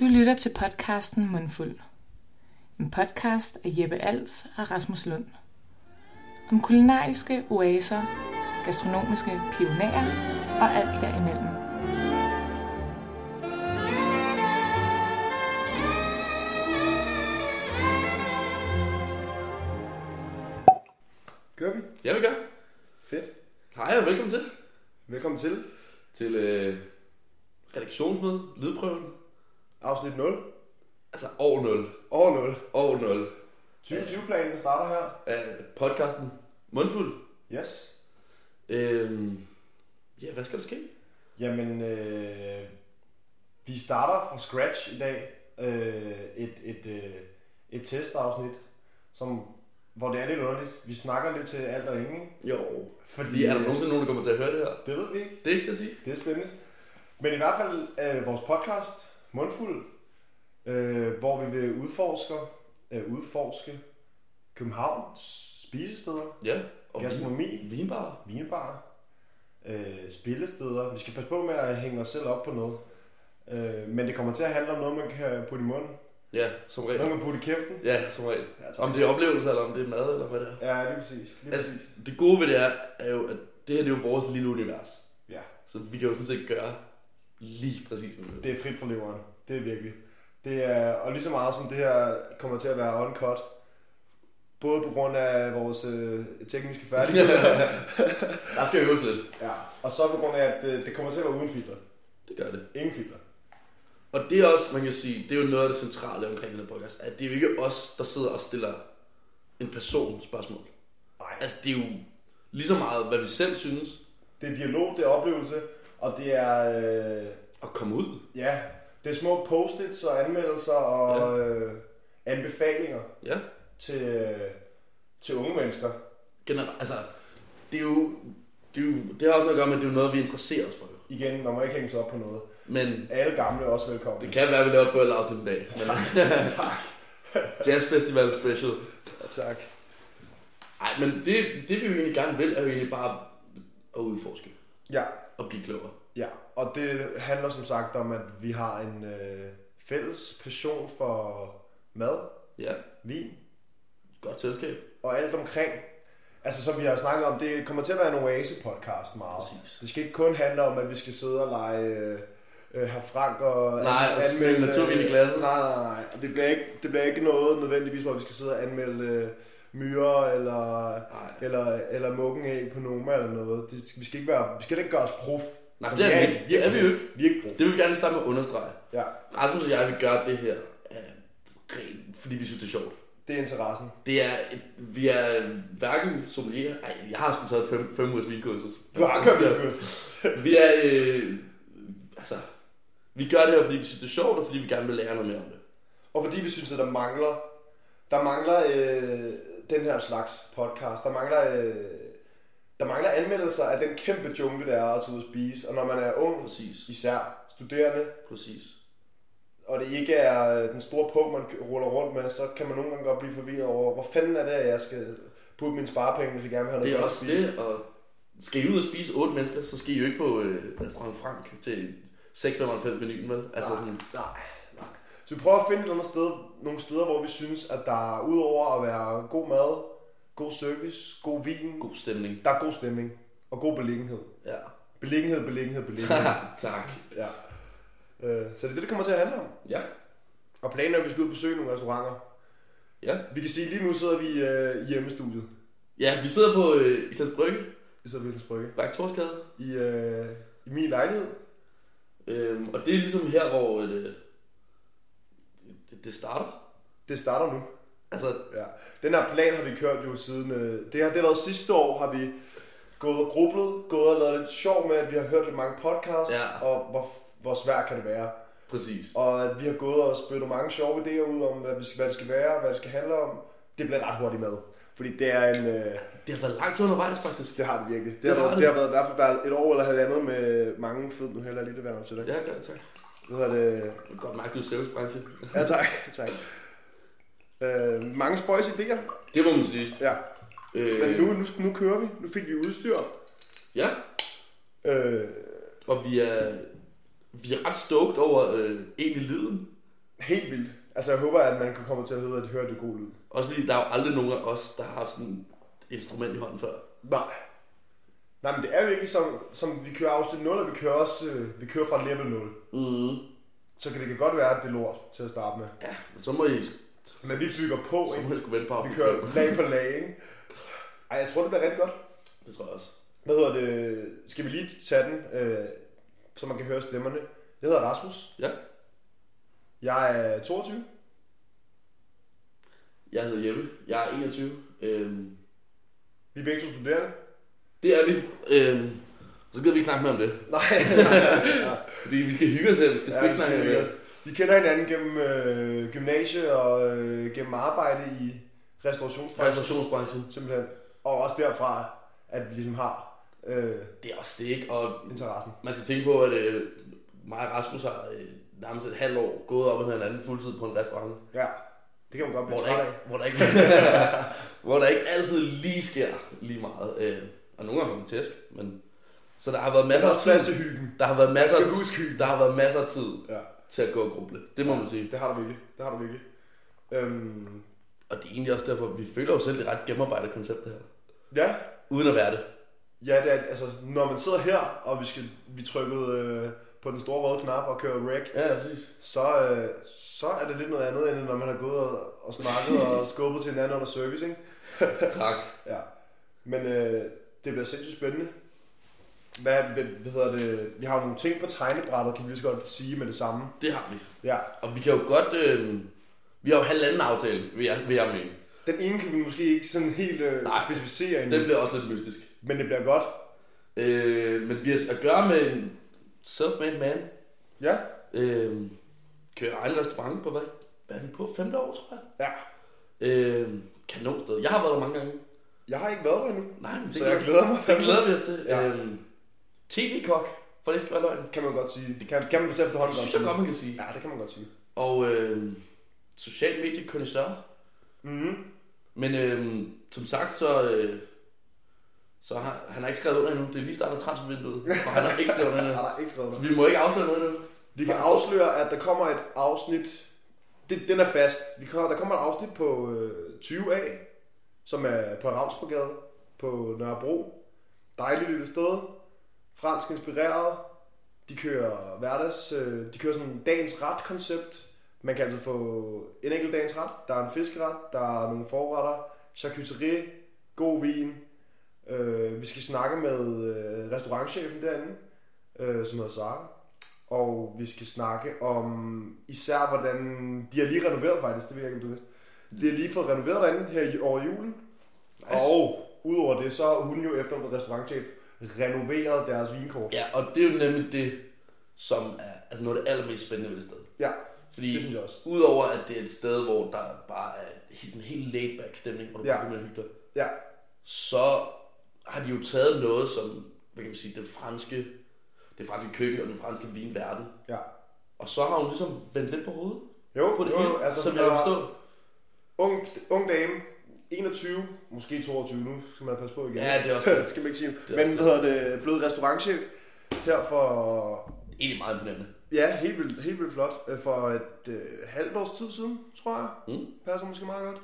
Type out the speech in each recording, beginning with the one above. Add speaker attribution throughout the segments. Speaker 1: Du lytter til podcasten Mundfuld. En podcast af Jeppe Als og Rasmus Lund. Om kulinariske oaser, gastronomiske pionerer og alt derimellem.
Speaker 2: Kører vi?
Speaker 3: Ja, vi gør.
Speaker 2: Fedt.
Speaker 3: Hej og velkommen til.
Speaker 2: Velkommen til
Speaker 3: Til øh, redaktionsmøde, lydprøven.
Speaker 2: afsnit 0.
Speaker 3: Altså år 0.
Speaker 2: Over 0.
Speaker 3: År 0
Speaker 2: 2020-planen starter her.
Speaker 3: af podcasten Mundfuld.
Speaker 2: Yes.
Speaker 3: Øhm, ja, hvad skal der ske?
Speaker 2: Jamen, øh, vi starter fra scratch i dag. Øh, et, et, øh, et testafsnit, som, hvor det er lidt underligt. Vi snakker lidt til alt og ingen.
Speaker 3: Jo,
Speaker 2: Fordi, øh,
Speaker 3: lige er der nogensinde nogen, der kommer til at høre det her?
Speaker 2: Det ved vi ikke.
Speaker 3: Det er ikke til at sige.
Speaker 2: Det er spændende. Men i hvert fald øh, vores podcast, Mundfuld, øh, hvor vi vil udforske, øh, udforske Københavns spisesteder,
Speaker 3: Ja, og vin,
Speaker 2: gastronomi,
Speaker 3: vinbar.
Speaker 2: vinbarer, øh, spillesteder. Vi skal passe på med at hænge os selv op på noget. Øh, men det kommer til at handle om noget, man kan putte i munden.
Speaker 3: Ja, som regel.
Speaker 2: Noget, man kan putte i kæften.
Speaker 3: Ja, som regel.
Speaker 2: Ja, tak.
Speaker 3: Om det er oplevelser, eller om det er mad, eller hvad det er.
Speaker 2: Ja, lige præcis. Lige
Speaker 3: Altså,
Speaker 2: præcis.
Speaker 3: det gode ved det er, er jo, at det her det er jo vores lille univers.
Speaker 2: Ja,
Speaker 3: Så vi kan jo sådan set gøre lige præcis, hvad vi vil.
Speaker 2: det er frit for leveren. Det er virkelig. Det er, og lige så meget som det her kommer til at være uncut, både på grund af vores øh, tekniske færdigheder,
Speaker 3: Der skal øves lidt.
Speaker 2: ja, og så på grund af, at øh, det kommer til at være uden filter.
Speaker 3: Det gør det.
Speaker 2: Ingen filter.
Speaker 3: Og det er også, man kan sige, det er jo noget af det centrale omkring den her podcast, at det er jo ikke os, der sidder og stiller en person spørgsmål.
Speaker 2: Nej.
Speaker 3: Altså, det er jo lige så meget, hvad vi selv synes,
Speaker 2: Det er dialog, det er oplevelse, og det er... Øh,
Speaker 3: at komme ud.
Speaker 2: Ja, det er små post-its og anmeldelser og ja. øh, anbefalinger
Speaker 3: Ja,
Speaker 2: til, øh, til unge mennesker.
Speaker 3: generelt. Altså, det er jo, det, er jo, det har også noget at gøre med, at det er jo noget, vi interesserer os for. jo.
Speaker 2: Igen, man må ikke hænge sig op på noget.
Speaker 3: Men
Speaker 2: Alle gamle er også velkommen.
Speaker 3: det kan være, at vi laver et før afsnit en dag. Men, tak. Jazz Festival Special.
Speaker 2: Ja, tak.
Speaker 3: Nej, men det, det vi jo egentlig gerne vil, er jo egentlig bare at udforske
Speaker 2: Ja,
Speaker 3: og blive klogere.
Speaker 2: ja, og det handler som sagt om, at vi har en øh, fælles passion for mad,
Speaker 3: Ja,
Speaker 2: vin
Speaker 3: godt selskab.
Speaker 2: og alt omkring. Altså som vi har snakket om, det kommer til at være en oase-podcast meget.
Speaker 3: Præcis.
Speaker 2: Det skal ikke kun handle om, at vi skal sidde og lege øh, øh, herr Frank og
Speaker 3: Nej, og smælde naturvin i glasset.
Speaker 2: Nej, nej, nej. Og Det bliver, ikke, det bliver ikke noget nødvendigvis, hvor vi skal sidde og anmelde øh, myrer eller,
Speaker 3: Nej.
Speaker 2: eller, eller muggenæg på Noma eller noget. Det, skal- vi, skal ikke være, vi skal ikke gøre os prof.
Speaker 3: Nej,
Speaker 2: For
Speaker 3: det er vi ikke. Det er vi jo
Speaker 2: prof. Vi er ikke prof.
Speaker 3: Det vil vi gerne starte med at understrege.
Speaker 2: Ja,
Speaker 3: Rasmus og jeg vil gøre det her, øh, rent, fordi vi synes, det er sjovt.
Speaker 2: det er interessen.
Speaker 3: Det er, et, vi er hverken sommelier, ej, jeg har sgu taget fem, fem ugers vinkursus.
Speaker 2: Du har kørt det, Gus.
Speaker 3: Vi er, øh, altså, vi gør det her, fordi vi synes, det er sjovt, og fordi vi gerne vil lære noget mere om det.
Speaker 2: Og fordi vi synes, at der mangler, der mangler øh, den her slags podcast. Der mangler, øh, der mangler anmeldelser af den kæmpe jungle, der er at tage ud og spise. Og når man er ung,
Speaker 3: Præcis,
Speaker 2: især studerende,
Speaker 3: præcis.
Speaker 2: og det ikke er øh, den store pung, man k- ruller rundt med, så kan man nogle gange godt blive forvirret over, hvor fanden er det, at jeg skal putte mine sparepenge, hvis jeg gerne vil have noget
Speaker 3: Det er
Speaker 2: godt at
Speaker 3: også
Speaker 2: spise?
Speaker 3: det, og skal I ud og spise otte mennesker, så skal I jo ikke på øh, restaurant Frank til 6,95 menuen, vel? Altså
Speaker 2: Nej,
Speaker 3: sådan,
Speaker 2: nej, nej. Så vi prøver at finde et eller andet sted, nogle steder, hvor vi synes, at der udover at være god mad, god service, god vin,
Speaker 3: god stemning.
Speaker 2: Der er god stemning og god beliggenhed.
Speaker 3: Ja.
Speaker 2: Beliggenhed, beliggenhed, beliggenhed.
Speaker 3: tak.
Speaker 2: ja. Øh, så det er det, det kommer til at handle om.
Speaker 3: Ja,
Speaker 2: Og planen er, at vi skal ud og besøge nogle restauranter.
Speaker 3: ja.
Speaker 2: Vi kan sige, at lige nu sidder vi øh, i hjemmestudiet
Speaker 3: Ja, vi sidder på øh, Islands Brygge,
Speaker 2: i Sardinens Brygge.
Speaker 3: Bakke Torsgade.
Speaker 2: I, øh, I min lejlighed.
Speaker 3: Øhm, og det er ligesom her, hvor det, det, det starter.
Speaker 2: Det starter nu.
Speaker 3: Altså,
Speaker 2: Ja. Den her plan har vi kørt jo siden... Øh, det har det har været sidste år, har vi gået og grublet, gået og lavet lidt sjov med, at vi har hørt lidt mange podcasts,
Speaker 3: Ja.
Speaker 2: og hvor, hvor svært kan det være.
Speaker 3: præcis.
Speaker 2: Og at vi har gået og spyttet mange sjove idéer ud om, hvad, vi skal, hvad det skal være, hvad det skal handle om. Det blev ret hurtigt med. Fordi det er en... Øh,
Speaker 3: Det har været langt undervejs, faktisk.
Speaker 2: det har det virkelig. Det,
Speaker 3: Det
Speaker 2: har,
Speaker 3: har
Speaker 2: været,
Speaker 3: det.
Speaker 2: det har været i hvert fald været et år eller halvandet med mange fede... Nu hælder jeg lige det vand op til dig.
Speaker 3: Ja, godt, tak.
Speaker 2: Hvad hedder det?
Speaker 3: Jeg kan godt mærke, du er servicebranche.
Speaker 2: Ja, tak. tak. Øh, mange spøjs idéer.
Speaker 3: Det må man sige.
Speaker 2: Ja.
Speaker 3: Øh,
Speaker 2: Men nu, nu, nu kører vi. Nu fik vi udstyr.
Speaker 3: Ja,
Speaker 2: Øh,
Speaker 3: og vi er, vi er ret stoked over øh, egentlig lyden.
Speaker 2: helt vildt. Altså, jeg håber, at man kan komme til at høre, at høre det gode lyd.
Speaker 3: Også fordi der er jo aldrig nogen af os, der har haft sådan et instrument i hånden før.
Speaker 2: Nej. Nej, men det er jo ikke som, som vi kører afsnit 0, og vi kører også øh, vi kører fra level 0.
Speaker 3: Mm.
Speaker 2: Så kan det kan godt være, at det er lort til at starte med.
Speaker 3: Ja, men så må I,
Speaker 2: Men vi bygger på,
Speaker 3: så må
Speaker 2: ikke?
Speaker 3: I sgu vente på
Speaker 2: Vi
Speaker 3: aften
Speaker 2: kører
Speaker 3: fem.
Speaker 2: lag på lag, ikke? Ej, jeg tror, det bliver rigtig godt.
Speaker 3: Det tror jeg også.
Speaker 2: Hvad hedder det? Skal vi lige tage den, øh, så man kan høre stemmerne? Jeg hedder Rasmus.
Speaker 3: Ja,
Speaker 2: Jeg er 22.
Speaker 3: jeg hedder Jeppe. Jeg er 21. Øhm,
Speaker 2: Vi er begge to studerende.
Speaker 3: det er vi. Øhm, så gider vi ikke snakke mere om det.
Speaker 2: Nej, nej, nej.
Speaker 3: Fordi vi skal hygge os her. Vi skal
Speaker 2: Ja,
Speaker 3: ja,
Speaker 2: vi
Speaker 3: ikke
Speaker 2: skal
Speaker 3: snakke
Speaker 2: hygge
Speaker 3: mere om
Speaker 2: os.
Speaker 3: det.
Speaker 2: Vi kender hinanden gennem øh, gymnasie og øh, gennem arbejde i restaurationsbranchen.
Speaker 3: Restaurationsbranchen.
Speaker 2: Simpelthen. Og også derfra, at vi ligesom har øh,
Speaker 3: Det er også det, ikke? Og
Speaker 2: interessen.
Speaker 3: man skal tænke på, at øh, mig og Rasmus har øh, nærmest et halvt år gået op ad hinanden fuldtid på en restaurant.
Speaker 2: Ja, det kan man godt
Speaker 3: Hvor
Speaker 2: blive
Speaker 3: der,
Speaker 2: træt af.
Speaker 3: ikke, hvor, der ikke, hvor der ikke altid lige sker lige meget. Øh, og nogle gange får man tæsk, men... Så der har været
Speaker 2: Der
Speaker 3: masser
Speaker 2: er
Speaker 3: af
Speaker 2: også Altså, plads til
Speaker 3: tid.
Speaker 2: hyggen.
Speaker 3: Der har været masser,
Speaker 2: skal
Speaker 3: af tid-
Speaker 2: huske hyggen.
Speaker 3: der har været masser af tid
Speaker 2: Ja,
Speaker 3: til at gå og gruble. Det må man sige.
Speaker 2: det har du virkelig. Det har du virkelig. Øhm,
Speaker 3: Og det er egentlig også derfor, vi føler jo selv det er et ret gennemarbejdet koncept det her.
Speaker 2: ja,
Speaker 3: Uden at være det.
Speaker 2: Ja, det er, altså, når man sidder her, og vi skal vi trykkede øh, på den store røde knap og kører rec,
Speaker 3: Ja, præcis.
Speaker 2: så, øh, så er det lidt noget andet, end når man har gået og, og snakket og skubbet til hinanden under service, ikke?
Speaker 3: Tak.
Speaker 2: Ja. Men øh, det bliver sindssygt spændende. Hvad, hvad, hvad hedder det? Vi har jo nogle ting på tegnebrættet, kan vi lige så godt sige med det samme.
Speaker 3: Det har vi.
Speaker 2: Ja.
Speaker 3: Og vi kan jo godt... Øh, vi har jo halvanden aftale, vil jeg, vil jeg mene.
Speaker 2: Den ene kan vi måske ikke sådan helt øh,
Speaker 3: Nej.
Speaker 2: specificere endnu,
Speaker 3: Den bliver også lidt mystisk.
Speaker 2: men det bliver godt.
Speaker 3: Øh, men vi har at gøre med en self-made man.
Speaker 2: Ja.
Speaker 3: Øh, kører egen restaurant på hvad? Hvad er vi på? Femte år, tror jeg.
Speaker 2: Ja.
Speaker 3: Øh, kanonsted. Jeg har været der mange gange.
Speaker 2: Jeg har ikke været der endnu,
Speaker 3: Nej, men det,
Speaker 2: så jeg
Speaker 3: glæder,
Speaker 2: glæder mig.
Speaker 3: det glæder vi os til.
Speaker 2: Ja.
Speaker 3: Ja. Øh, TV-kok, for det skal være løgn.
Speaker 2: Kan man godt sige. Det kan, kan man selv efterhånden
Speaker 3: Det synes jeg godt, man kan sige.
Speaker 2: Ja, det kan man godt sige.
Speaker 3: Og øh, social medie kondisør.
Speaker 2: Mm.
Speaker 3: Men øh, som sagt, så, øh, så har, han har ikke skrevet under endnu. Det er lige startet transfervinduet, og han har ikke skrevet under endnu.
Speaker 2: Er der ikke skrevet
Speaker 3: Så
Speaker 2: noget?
Speaker 3: vi må ikke afsløre noget endnu.
Speaker 2: Vi kan afsløre, at der kommer et afsnit. Det, den er fast. Vi kommer, der kommer et afsnit på øh, 20A, som er på Ravnsbrogade på Nørrebro. Dejligt lille sted. Fransk inspireret. De kører hverdags, øh, de kører sådan en dagens ret koncept. Man kan altså få en enkelt dagens ret. Der er en fiskeret, der er nogle forretter, charcuterie, god vin. Øh, vi skal snakke med øh, restaurantchefen derinde, øh, som hedder Sara. Og vi skal snakke om især hvordan, de har lige renoveret faktisk, det ved jeg ikke om du vidste. De har lige fået renoveret derinde her i- over julen. Nice.
Speaker 3: Nice.
Speaker 2: Og udover det, så er hun jo efter hun blev restaurantchef renoveret deres vinkort.
Speaker 3: Ja, og det er jo nemlig det, som er altså noget af det allermest spændende ved det sted.
Speaker 2: Ja, det
Speaker 3: Fordi
Speaker 2: synes jeg også.
Speaker 3: udover at det er et sted, hvor der bare er sådan en helt laid back stemning, hvor du
Speaker 2: Ja.
Speaker 3: ja. bare kommer og hygger dig,
Speaker 2: Ja,
Speaker 3: så har de jo taget noget som, hvad kan man sige, det franske, det franske køkken og den franske vinverden.
Speaker 2: ja.
Speaker 3: Og så har hun ligesom vendt lidt på hovedet
Speaker 2: Jo,
Speaker 3: på det
Speaker 2: jo,
Speaker 3: hele,
Speaker 2: jo, altså,
Speaker 3: som
Speaker 2: hun
Speaker 3: jeg kan
Speaker 2: var
Speaker 3: forstå.
Speaker 2: Ung, ung dame, 21, måske 22 nu, skal man passe på igen.
Speaker 3: Ja, det er også det.
Speaker 2: skal man ikke sige.
Speaker 3: er
Speaker 2: Men
Speaker 3: også
Speaker 2: hvad hedder det, blev restaurantchef her for
Speaker 3: egentlig meget imponerende.
Speaker 2: Ja, helt vildt, helt vildt flot. Øh, For et øh, halvt års tid siden, tror jeg.
Speaker 3: Mm.
Speaker 2: Passer måske meget godt.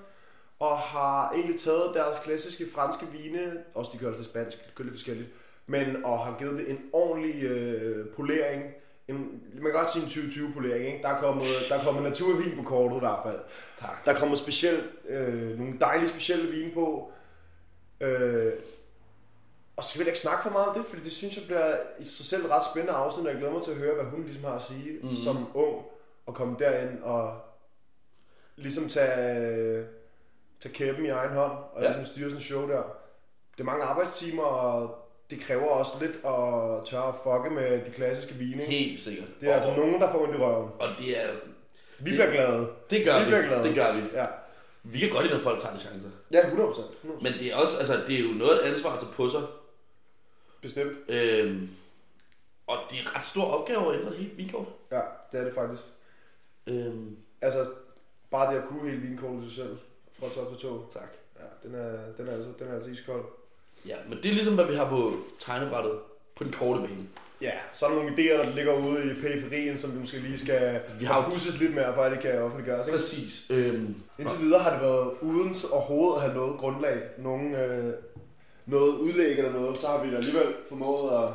Speaker 2: Og har egentlig taget deres klassiske franske vine, også de kører til spansk, det kører lidt forskelligt, men og har givet det en ordentlig øh, polering. En, man kan godt sige en 2020-polering, ikke? Der er kommet, der er kommet naturvin på kortet i hvert fald.
Speaker 3: Tak.
Speaker 2: Der kommer specielt, øh, nogle dejlige specielle vine på. Øh, og så vil jeg ikke snakke for meget om det, fordi det synes jeg bliver i sig selv et ret spændende afsnit, og jeg glæder mig til at høre, hvad hun ligesom har at sige
Speaker 3: Mhm.
Speaker 2: mm. som ung, og komme derind og ligesom tage, tage kæppen i egen hånd, og ja.
Speaker 3: Ja.
Speaker 2: ligesom styre sådan et show der. Det er mange arbejdstimer, og det kræver også lidt at tørre at fucke med de klassiske vine. ikke?
Speaker 3: Helt sikkert.
Speaker 2: Det er altså
Speaker 3: og,
Speaker 2: nogen, der får ondt i røven.
Speaker 3: og det er,
Speaker 2: Vi
Speaker 3: Det-
Speaker 2: bliver glade.
Speaker 3: det gør
Speaker 2: Vi
Speaker 3: vi,
Speaker 2: bliver glade.
Speaker 3: det gør vi.
Speaker 2: Ja,
Speaker 3: Vi kan godt lide, når folk tager de chancer.
Speaker 2: ja 100%. 100%.
Speaker 3: Men det er også, altså, det er jo noget af ansvar at tage på sig.
Speaker 2: Bestemt.
Speaker 3: Øhm, og det er en ret stor opgave at ændre et helt vinkort.
Speaker 2: Ja, det er det faktisk.
Speaker 3: Øhm,
Speaker 2: Altså, bare det at kunne hele vinkortet til sig selv, fra top til tog,
Speaker 3: tak.
Speaker 2: ja, den er, den er, altså, den er altså iskold.
Speaker 3: Ja, men det er ligesom, hvad vi har på tegnebrættet på den korte bane.
Speaker 2: Ja, så er der nogle idéer, der ligger ude i periferien, som vi måske lige skal
Speaker 3: Vi
Speaker 2: vi
Speaker 3: har
Speaker 2: har
Speaker 3: jo-
Speaker 2: huses lidt mere, for at det kan offentliggøres. Ikke?
Speaker 3: Præcis. Øhm,
Speaker 2: Indtil videre har det været uden overhovedet at have noget grundlag, nogen, øh, noget udlæg eller noget, så har vi da alligevel formået at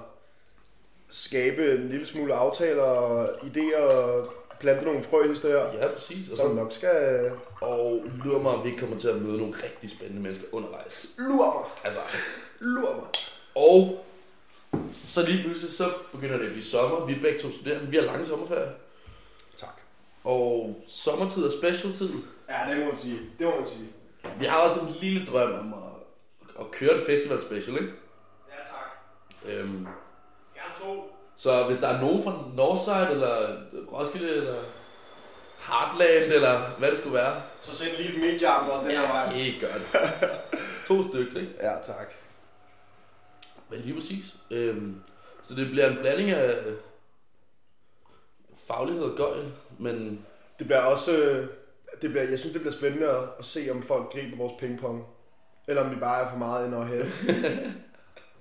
Speaker 2: skabe en lille smule aftaler og idéer og plante nogle frø i stedet her,
Speaker 3: ja, præcis. Og,
Speaker 2: som
Speaker 3: sådan,
Speaker 2: nok skal
Speaker 3: og lurer mig, om vi ikke kommer til at møde nogle rigtig spændende mennesker undervejs.
Speaker 2: lure mig,
Speaker 3: Altså,
Speaker 2: lure mig.
Speaker 3: og så lige pludselig, så begynder det at blive sommer. Vi er begge to studerende. Vi har lange sommerferier.
Speaker 2: Tak.
Speaker 3: Og sommertid og specialtid.
Speaker 2: Ja, det må man sige. Det må man sige.
Speaker 3: Vi har også en lille drøm om at, at køre et festival special, ikke?
Speaker 2: Ja, tak.
Speaker 3: Øhm,
Speaker 2: Jeg er to.
Speaker 3: så hvis der er nogen fra Northside, eller Roskilde, eller Heartland, eller hvad det skulle være.
Speaker 2: Så send lige et mediearm den her vej.
Speaker 3: Helt godt. To stykker, ikke?
Speaker 2: Ja, tak.
Speaker 3: Men lige præcis. Øhm, så det bliver en blanding af øh, faglighed og gøjl, men
Speaker 2: Det bliver også... øh, Det bliver, jeg synes, det bliver spændende at, at se, om folk griber vores pingpong. Eller om vi bare er for meget ind over her.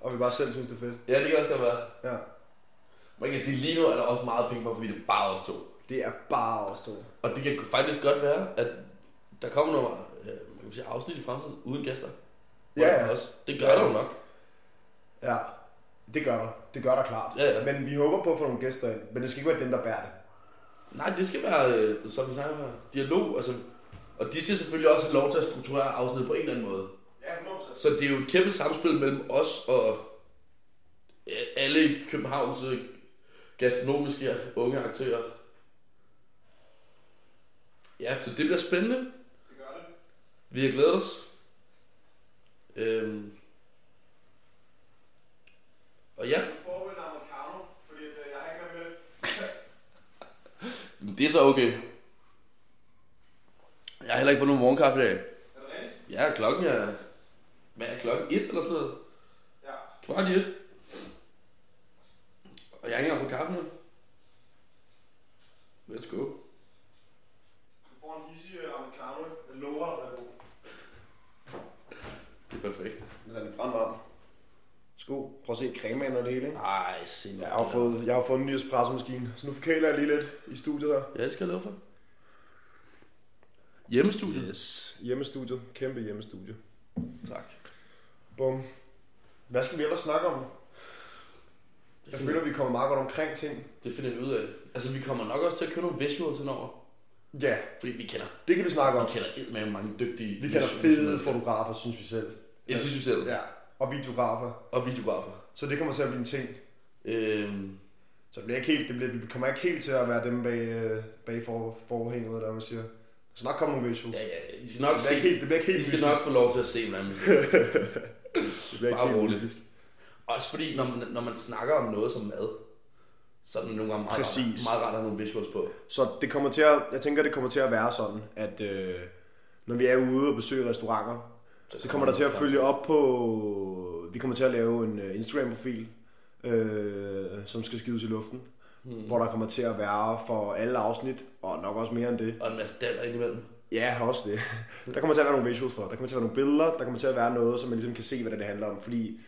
Speaker 2: og vi bare selv synes, det er fedt.
Speaker 3: ja, det kan også godt være.
Speaker 2: Ja.
Speaker 3: Man kan sige, lige nu er der også meget penge på, fordi det er bare os to.
Speaker 2: Det er bare os to.
Speaker 3: Og det kan faktisk godt være, at der kommer nogle øh, man kan sige, afsnit i fremtiden uden gæster.
Speaker 2: Ja, ja.
Speaker 3: Hvordan Også. Det gør der jo nok.
Speaker 2: Ja. Det gør der. Det gør der klart.
Speaker 3: Ja, ja.
Speaker 2: Men vi håber på at få nogle gæster ind. Men det skal ikke være dem, der bærer det.
Speaker 3: Nej, det skal være, øh, som vi snakker om her, dialog. Altså, og de skal selvfølgelig også have lov til at strukturere afsnittet på en eller anden måde.
Speaker 2: Ja, 100%.
Speaker 3: Så det er jo et kæmpe samspil mellem os og ja, alle i Københavns øh, gastronomiske unge aktører. Ja, så det bliver spændende.
Speaker 2: Det gør det.
Speaker 3: Vi har glædet os. Øhm. Og ja,
Speaker 2: Får en americano, fordi øh, jeg har ikke med.
Speaker 3: men det er så okay. Jeg har heller ikke fået nogen morgenkaffe i dag.
Speaker 2: Er det rigtigt?
Speaker 3: Ja, klokken er... Hvad er klokken? Et eller sådan noget?
Speaker 2: Ja.
Speaker 3: Kvart i et. Og jeg har ikke engang fået kaffe nu. Let's go.
Speaker 2: Du får en easy americano. Jeg lover dig, at
Speaker 3: Det er perfekt.
Speaker 2: Den er brandvarm. Sko. Prøv at se cremaen og det hele, ikke?
Speaker 3: Ej, sind.
Speaker 2: Jeg har fået, jeg har fået en ny espresso-maskine, så nu forkæler jeg lige lidt i studiet her.
Speaker 3: Ja, det skal jeg love for. Hjemmestudiet? Yes.
Speaker 2: Hjemmestudiet. Kæmpe hjemmestudie.
Speaker 3: Tak.
Speaker 2: Bum. Hvad skal vi ellers snakke om?
Speaker 3: Det
Speaker 2: Jeg
Speaker 3: finder,
Speaker 2: føler, vi kommer meget godt omkring ting.
Speaker 3: det finder vi ud af. Altså, vi kommer nok også til at køre nogle visuals indover.
Speaker 2: Ja,
Speaker 3: Fordi vi kender,
Speaker 2: det kan vi snakke om.
Speaker 3: vi kender med mange dygtige...
Speaker 2: Vi kender
Speaker 3: visuals-
Speaker 2: fede fotografer, synes vi selv.
Speaker 3: Jeg synes vi selv.
Speaker 2: Ja. Og videografer.
Speaker 3: Og videografer.
Speaker 2: Så det kommer til at blive en ting.
Speaker 3: Øhm,
Speaker 2: Så det bliver ikke helt, det bliver, vi kommer ikke helt til at være dem bag, øh, bag for, forhænget, eller hvad man siger. Så nok kommer nogle visuals.
Speaker 3: ja,
Speaker 2: Ja,
Speaker 3: ja, I skal nok
Speaker 2: det, bliver
Speaker 3: se...
Speaker 2: ikke helt, det bliver ikke
Speaker 3: I
Speaker 2: helt
Speaker 3: skal nok få lov til at se, hvordan vi ser det.
Speaker 2: Det bliver ikke
Speaker 3: Bare
Speaker 2: helt
Speaker 3: roligt.
Speaker 2: mystisk.
Speaker 3: Også fordi, når man, når man snakker om noget som mad, så er det nogle gange meget, rart,
Speaker 2: Præcis.
Speaker 3: meget rart at have nogle visuals på.
Speaker 2: Så det kommer til at, jeg tænker, det kommer til at være sådan, at øh, når vi er ude og besøger restauranter, så, så kommer der til at følge op på, vi kommer til at lave en øh, Instagram-profil, øh, som skal skydes i luften, hmm. hvor der kommer til at være for alle afsnit, og nok også mere end det.
Speaker 3: Og en masse daller indimellem.
Speaker 2: Ja, også det. Der kommer til at være nogle visuals for, der kommer til at være nogle billeder, der kommer til at være noget, så man ligesom kan se, hvad det er, det handler om, fordi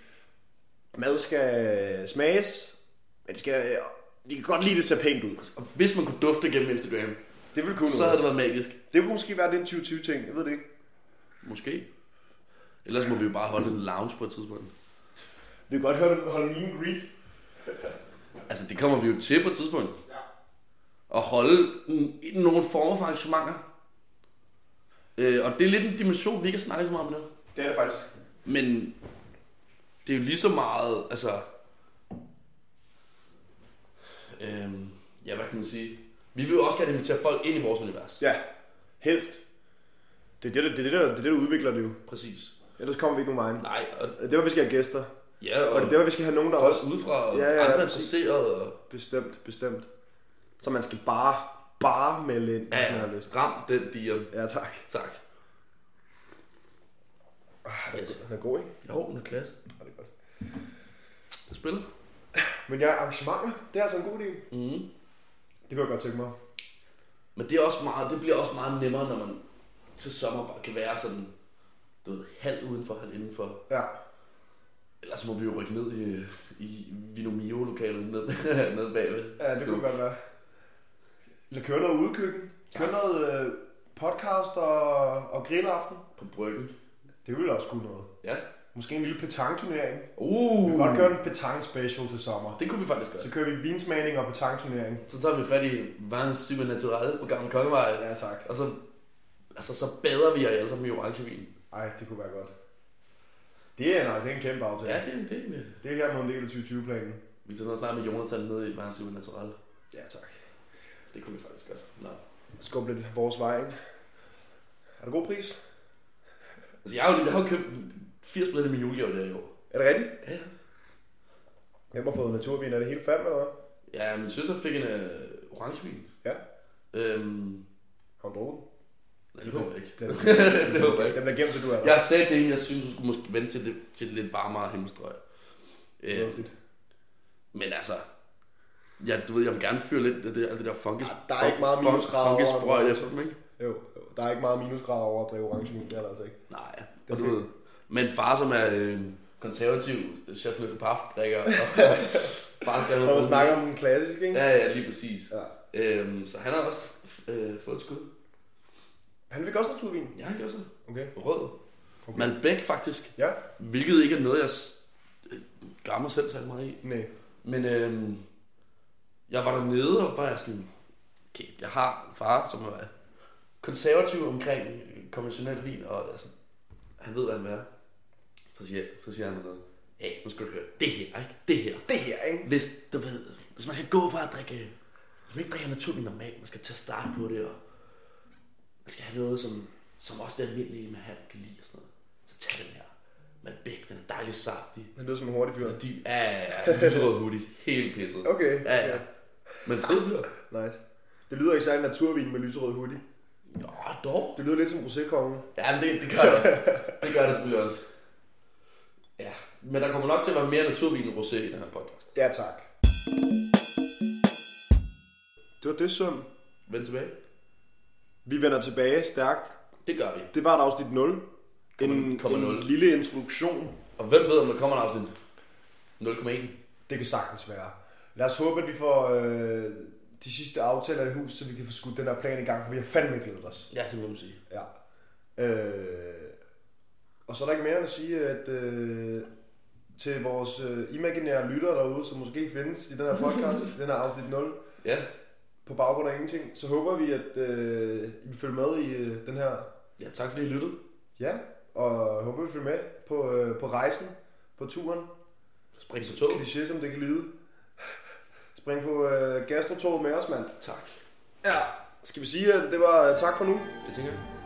Speaker 2: mad skal smages, men det skal, de kan godt lide, det ser pænt ud.
Speaker 3: Og hvis man kunne dufte gennem Instagram,
Speaker 2: Det vil kunne
Speaker 3: så havde det været magisk.
Speaker 2: Det kunne måske være den 2020-ting, jeg ved det ikke.
Speaker 3: Måske. Ellers må vi jo bare holde en lounge på et tidspunkt.
Speaker 2: Vi kan godt høre, holde meet and greet.
Speaker 3: Altså, det kommer vi jo til på et tidspunkt.
Speaker 2: Ja.
Speaker 3: At holde n- nogle former for arrangementer. Øh, og det er lidt en dimension, vi ikke har snakket så meget om nu.
Speaker 2: Det er det faktisk.
Speaker 3: Men det er jo lige så meget, altså... Øhm, ja, hvad kan man sige? Vi vil jo også gerne invitere folk ind i vores univers.
Speaker 2: Ja, helst. Det er det, der, det, er det, der, det, er det, der udvikler det jo.
Speaker 3: Præcis.
Speaker 2: Ellers kommer vi ikke nogen vejen.
Speaker 3: Nej, og,
Speaker 2: Det er, hvor vi skal have gæster.
Speaker 3: ja, og,
Speaker 2: Og det er, hvor vi skal have nogen, der
Speaker 3: også
Speaker 2: også...
Speaker 3: udefra og
Speaker 2: Ja, ja, ja,
Speaker 3: andre
Speaker 2: præcis.
Speaker 3: interesserede. Og,
Speaker 2: Bestemt, bestemt. Så man skal bare, bare melde ind,
Speaker 3: ja,
Speaker 2: hvis man
Speaker 3: ja,
Speaker 2: har lyst.
Speaker 3: ram den DM.
Speaker 2: Ja, tak.
Speaker 3: Tak. Yes.
Speaker 2: Den Ah, er god, ikke?
Speaker 3: Jo, den er klasse.
Speaker 2: Ja, det er godt.
Speaker 3: Det spiller.
Speaker 2: Men ja, arrangementer, det er altså en god idé.
Speaker 3: Mm.
Speaker 2: Det kunne jeg godt tænke mig.
Speaker 3: Men det, er også meget, det bliver også meget nemmere, når man til sommer bare kan være sådan, du ved, halv udenfor, halv indenfor.
Speaker 2: Ja.
Speaker 3: Ellers må vi jo rykke ned i, i Vinomio-lokalet ned, ned bagved.
Speaker 2: Ja, det kunne godt være. Eller køre noget udkøkken. Køre noget øh, podcast og, og grillaften.
Speaker 3: På bryggen.
Speaker 2: Det ville også kunne noget.
Speaker 3: Ja.
Speaker 2: Måske en lille petankturnering. Vi
Speaker 3: Uh,
Speaker 2: kan godt gøre en petang special til sommer.
Speaker 3: Det kunne vi faktisk
Speaker 2: Så
Speaker 3: godt.
Speaker 2: kører vi vinsmagning og petankturnering.
Speaker 3: Så tager vi fat i Vans Supernatural på Gamle Kongevej.
Speaker 2: Ja, tak.
Speaker 3: Og så, altså, så bader vi jer alle sammen i orangevin.
Speaker 2: Ej, det kunne være godt. Det er, nej, det er en kæmpe aftale.
Speaker 3: Ja, det er en del.
Speaker 2: Det er her mod en del af 2020-planen.
Speaker 3: Vi tager noget snart med Jonathan ned i Vans Supernatural.
Speaker 2: Ja, tak.
Speaker 3: Det kunne vi faktisk godt. Nå.
Speaker 2: Skub lidt vores vej ind. Er det god pris?
Speaker 3: Altså, jeg har jo, jeg har jo købt 80 billetter i min julegave der i år.
Speaker 2: Er det rigtigt?
Speaker 3: Ja, ja.
Speaker 2: Hvem har fået naturvin? Er det hele fem, eller hvad?
Speaker 3: Ja, min søster fik en øh, orangevin.
Speaker 2: Ja.
Speaker 3: Øhm,
Speaker 2: Har hun drukket den?
Speaker 3: det håber jeg ikke.
Speaker 2: Den,
Speaker 3: det håber jeg ikke.
Speaker 2: den bliver gemt, til du er der.
Speaker 3: Jeg sagde til hende, jeg synes, du skulle måske vente til det, til det lidt varmere himmelstrøg. Øh,
Speaker 2: Fornuftigt.
Speaker 3: men altså, ja, du ved, jeg vil gerne fyre lidt af det, alt det der funky,
Speaker 2: Ja, Ah, der er ikke meget minusgrader
Speaker 3: funky
Speaker 2: over
Speaker 3: sprøjt
Speaker 2: det.
Speaker 3: efter dem, ikke?
Speaker 2: Jo, jo, der er ikke meget minusgrader over at drikke orange vin, det er der altså ikke.
Speaker 3: Nej,
Speaker 2: er
Speaker 3: og du
Speaker 2: fint.
Speaker 3: ved, men far, som er øh, konservativ, chef med paf, drikker, og far skal have
Speaker 2: Når
Speaker 3: noget
Speaker 2: man snakker om den klassiske, ikke?
Speaker 3: Ja, ja, lige præcis.
Speaker 2: Ja.
Speaker 3: Øhm, så han har også øh, fået et skud.
Speaker 2: Han fik også naturvin.
Speaker 3: Ja, han gjorde så.
Speaker 2: Okay.
Speaker 3: Rød. Okay. Malbec, faktisk.
Speaker 2: Ja?
Speaker 3: Hvilket ikke er noget, jeg s- øh, gør mig selv særlig meget i.
Speaker 2: Nej.
Speaker 3: Men øhm, jeg var dernede, og var jeg sådan, okay, jeg har en far, som er konservativ omkring øh, konventionel vin, og altså, han ved, hvad han vil være. Så siger, så siger han noget. Hey, nu skal du høre, det her, ikke? Det her.
Speaker 2: Det her, ikke?
Speaker 3: Hvis, du ved, hvis man skal gå fra at drikke, hvis man ikke drikker naturligt normalt, man skal tage start på det, og man skal have noget, som, som også det almindelige, man her kan lide og sådan noget. Så tag den her. Malbec, den er dejlig saftig.
Speaker 2: Han lyder som en hurtig fyr.
Speaker 3: Og de ja, ja, ja, lyserød hoodie. Helt pisset.
Speaker 2: Okay,
Speaker 3: Ja, ja.
Speaker 2: okay.
Speaker 3: Men fed fyr.
Speaker 2: Nice. Det lyder ikke særlig naturvin med lyserød hoodie.
Speaker 3: Nå, dog.
Speaker 2: Det lyder lidt som rosékongen.
Speaker 3: Ja, men det, det gør det. Det gør det selvfølgelig også. Ja, men der kommer nok til at være mere naturvin end rosé i den her podcast.
Speaker 2: Ja, tak. Det var det, Søm.
Speaker 3: Vend tilbage.
Speaker 2: Vi vender tilbage stærkt.
Speaker 3: Det gør vi.
Speaker 2: Det var et afsnit 0. En,
Speaker 3: Komma
Speaker 2: en
Speaker 3: nul.
Speaker 2: lille introduktion.
Speaker 3: Og hvem ved, om der kommer en afsnit 0,1?
Speaker 2: Det kan sagtens være. Lad os håbe, at vi får øh, de sidste aftaler i hus, så vi kan få skudt den her plan i gang, for vi har fandme glædet os.
Speaker 3: Ja, det må man sige.
Speaker 2: Ja. Øh, og så er der ikke mere end at sige, at øh, til vores øh, imaginære lyttere derude, som måske findes i den her podcast, i den her afsnit 0,
Speaker 3: Ja,
Speaker 2: på baggrund af ingenting, så håber vi, at øh, I vil følge med i øh, den her,
Speaker 3: ja tak fordi I lyttede.
Speaker 2: ja, og håber, vi følger med på, øh, på rejsen, på turen,
Speaker 3: Spring på toget.
Speaker 2: kliché som det kan lyde. Spring på øh, gastrotoget med os, mand.
Speaker 3: Tak.
Speaker 2: Ja. Skal vi sige, at det var øh, tak for nu?
Speaker 3: Det tænker jeg.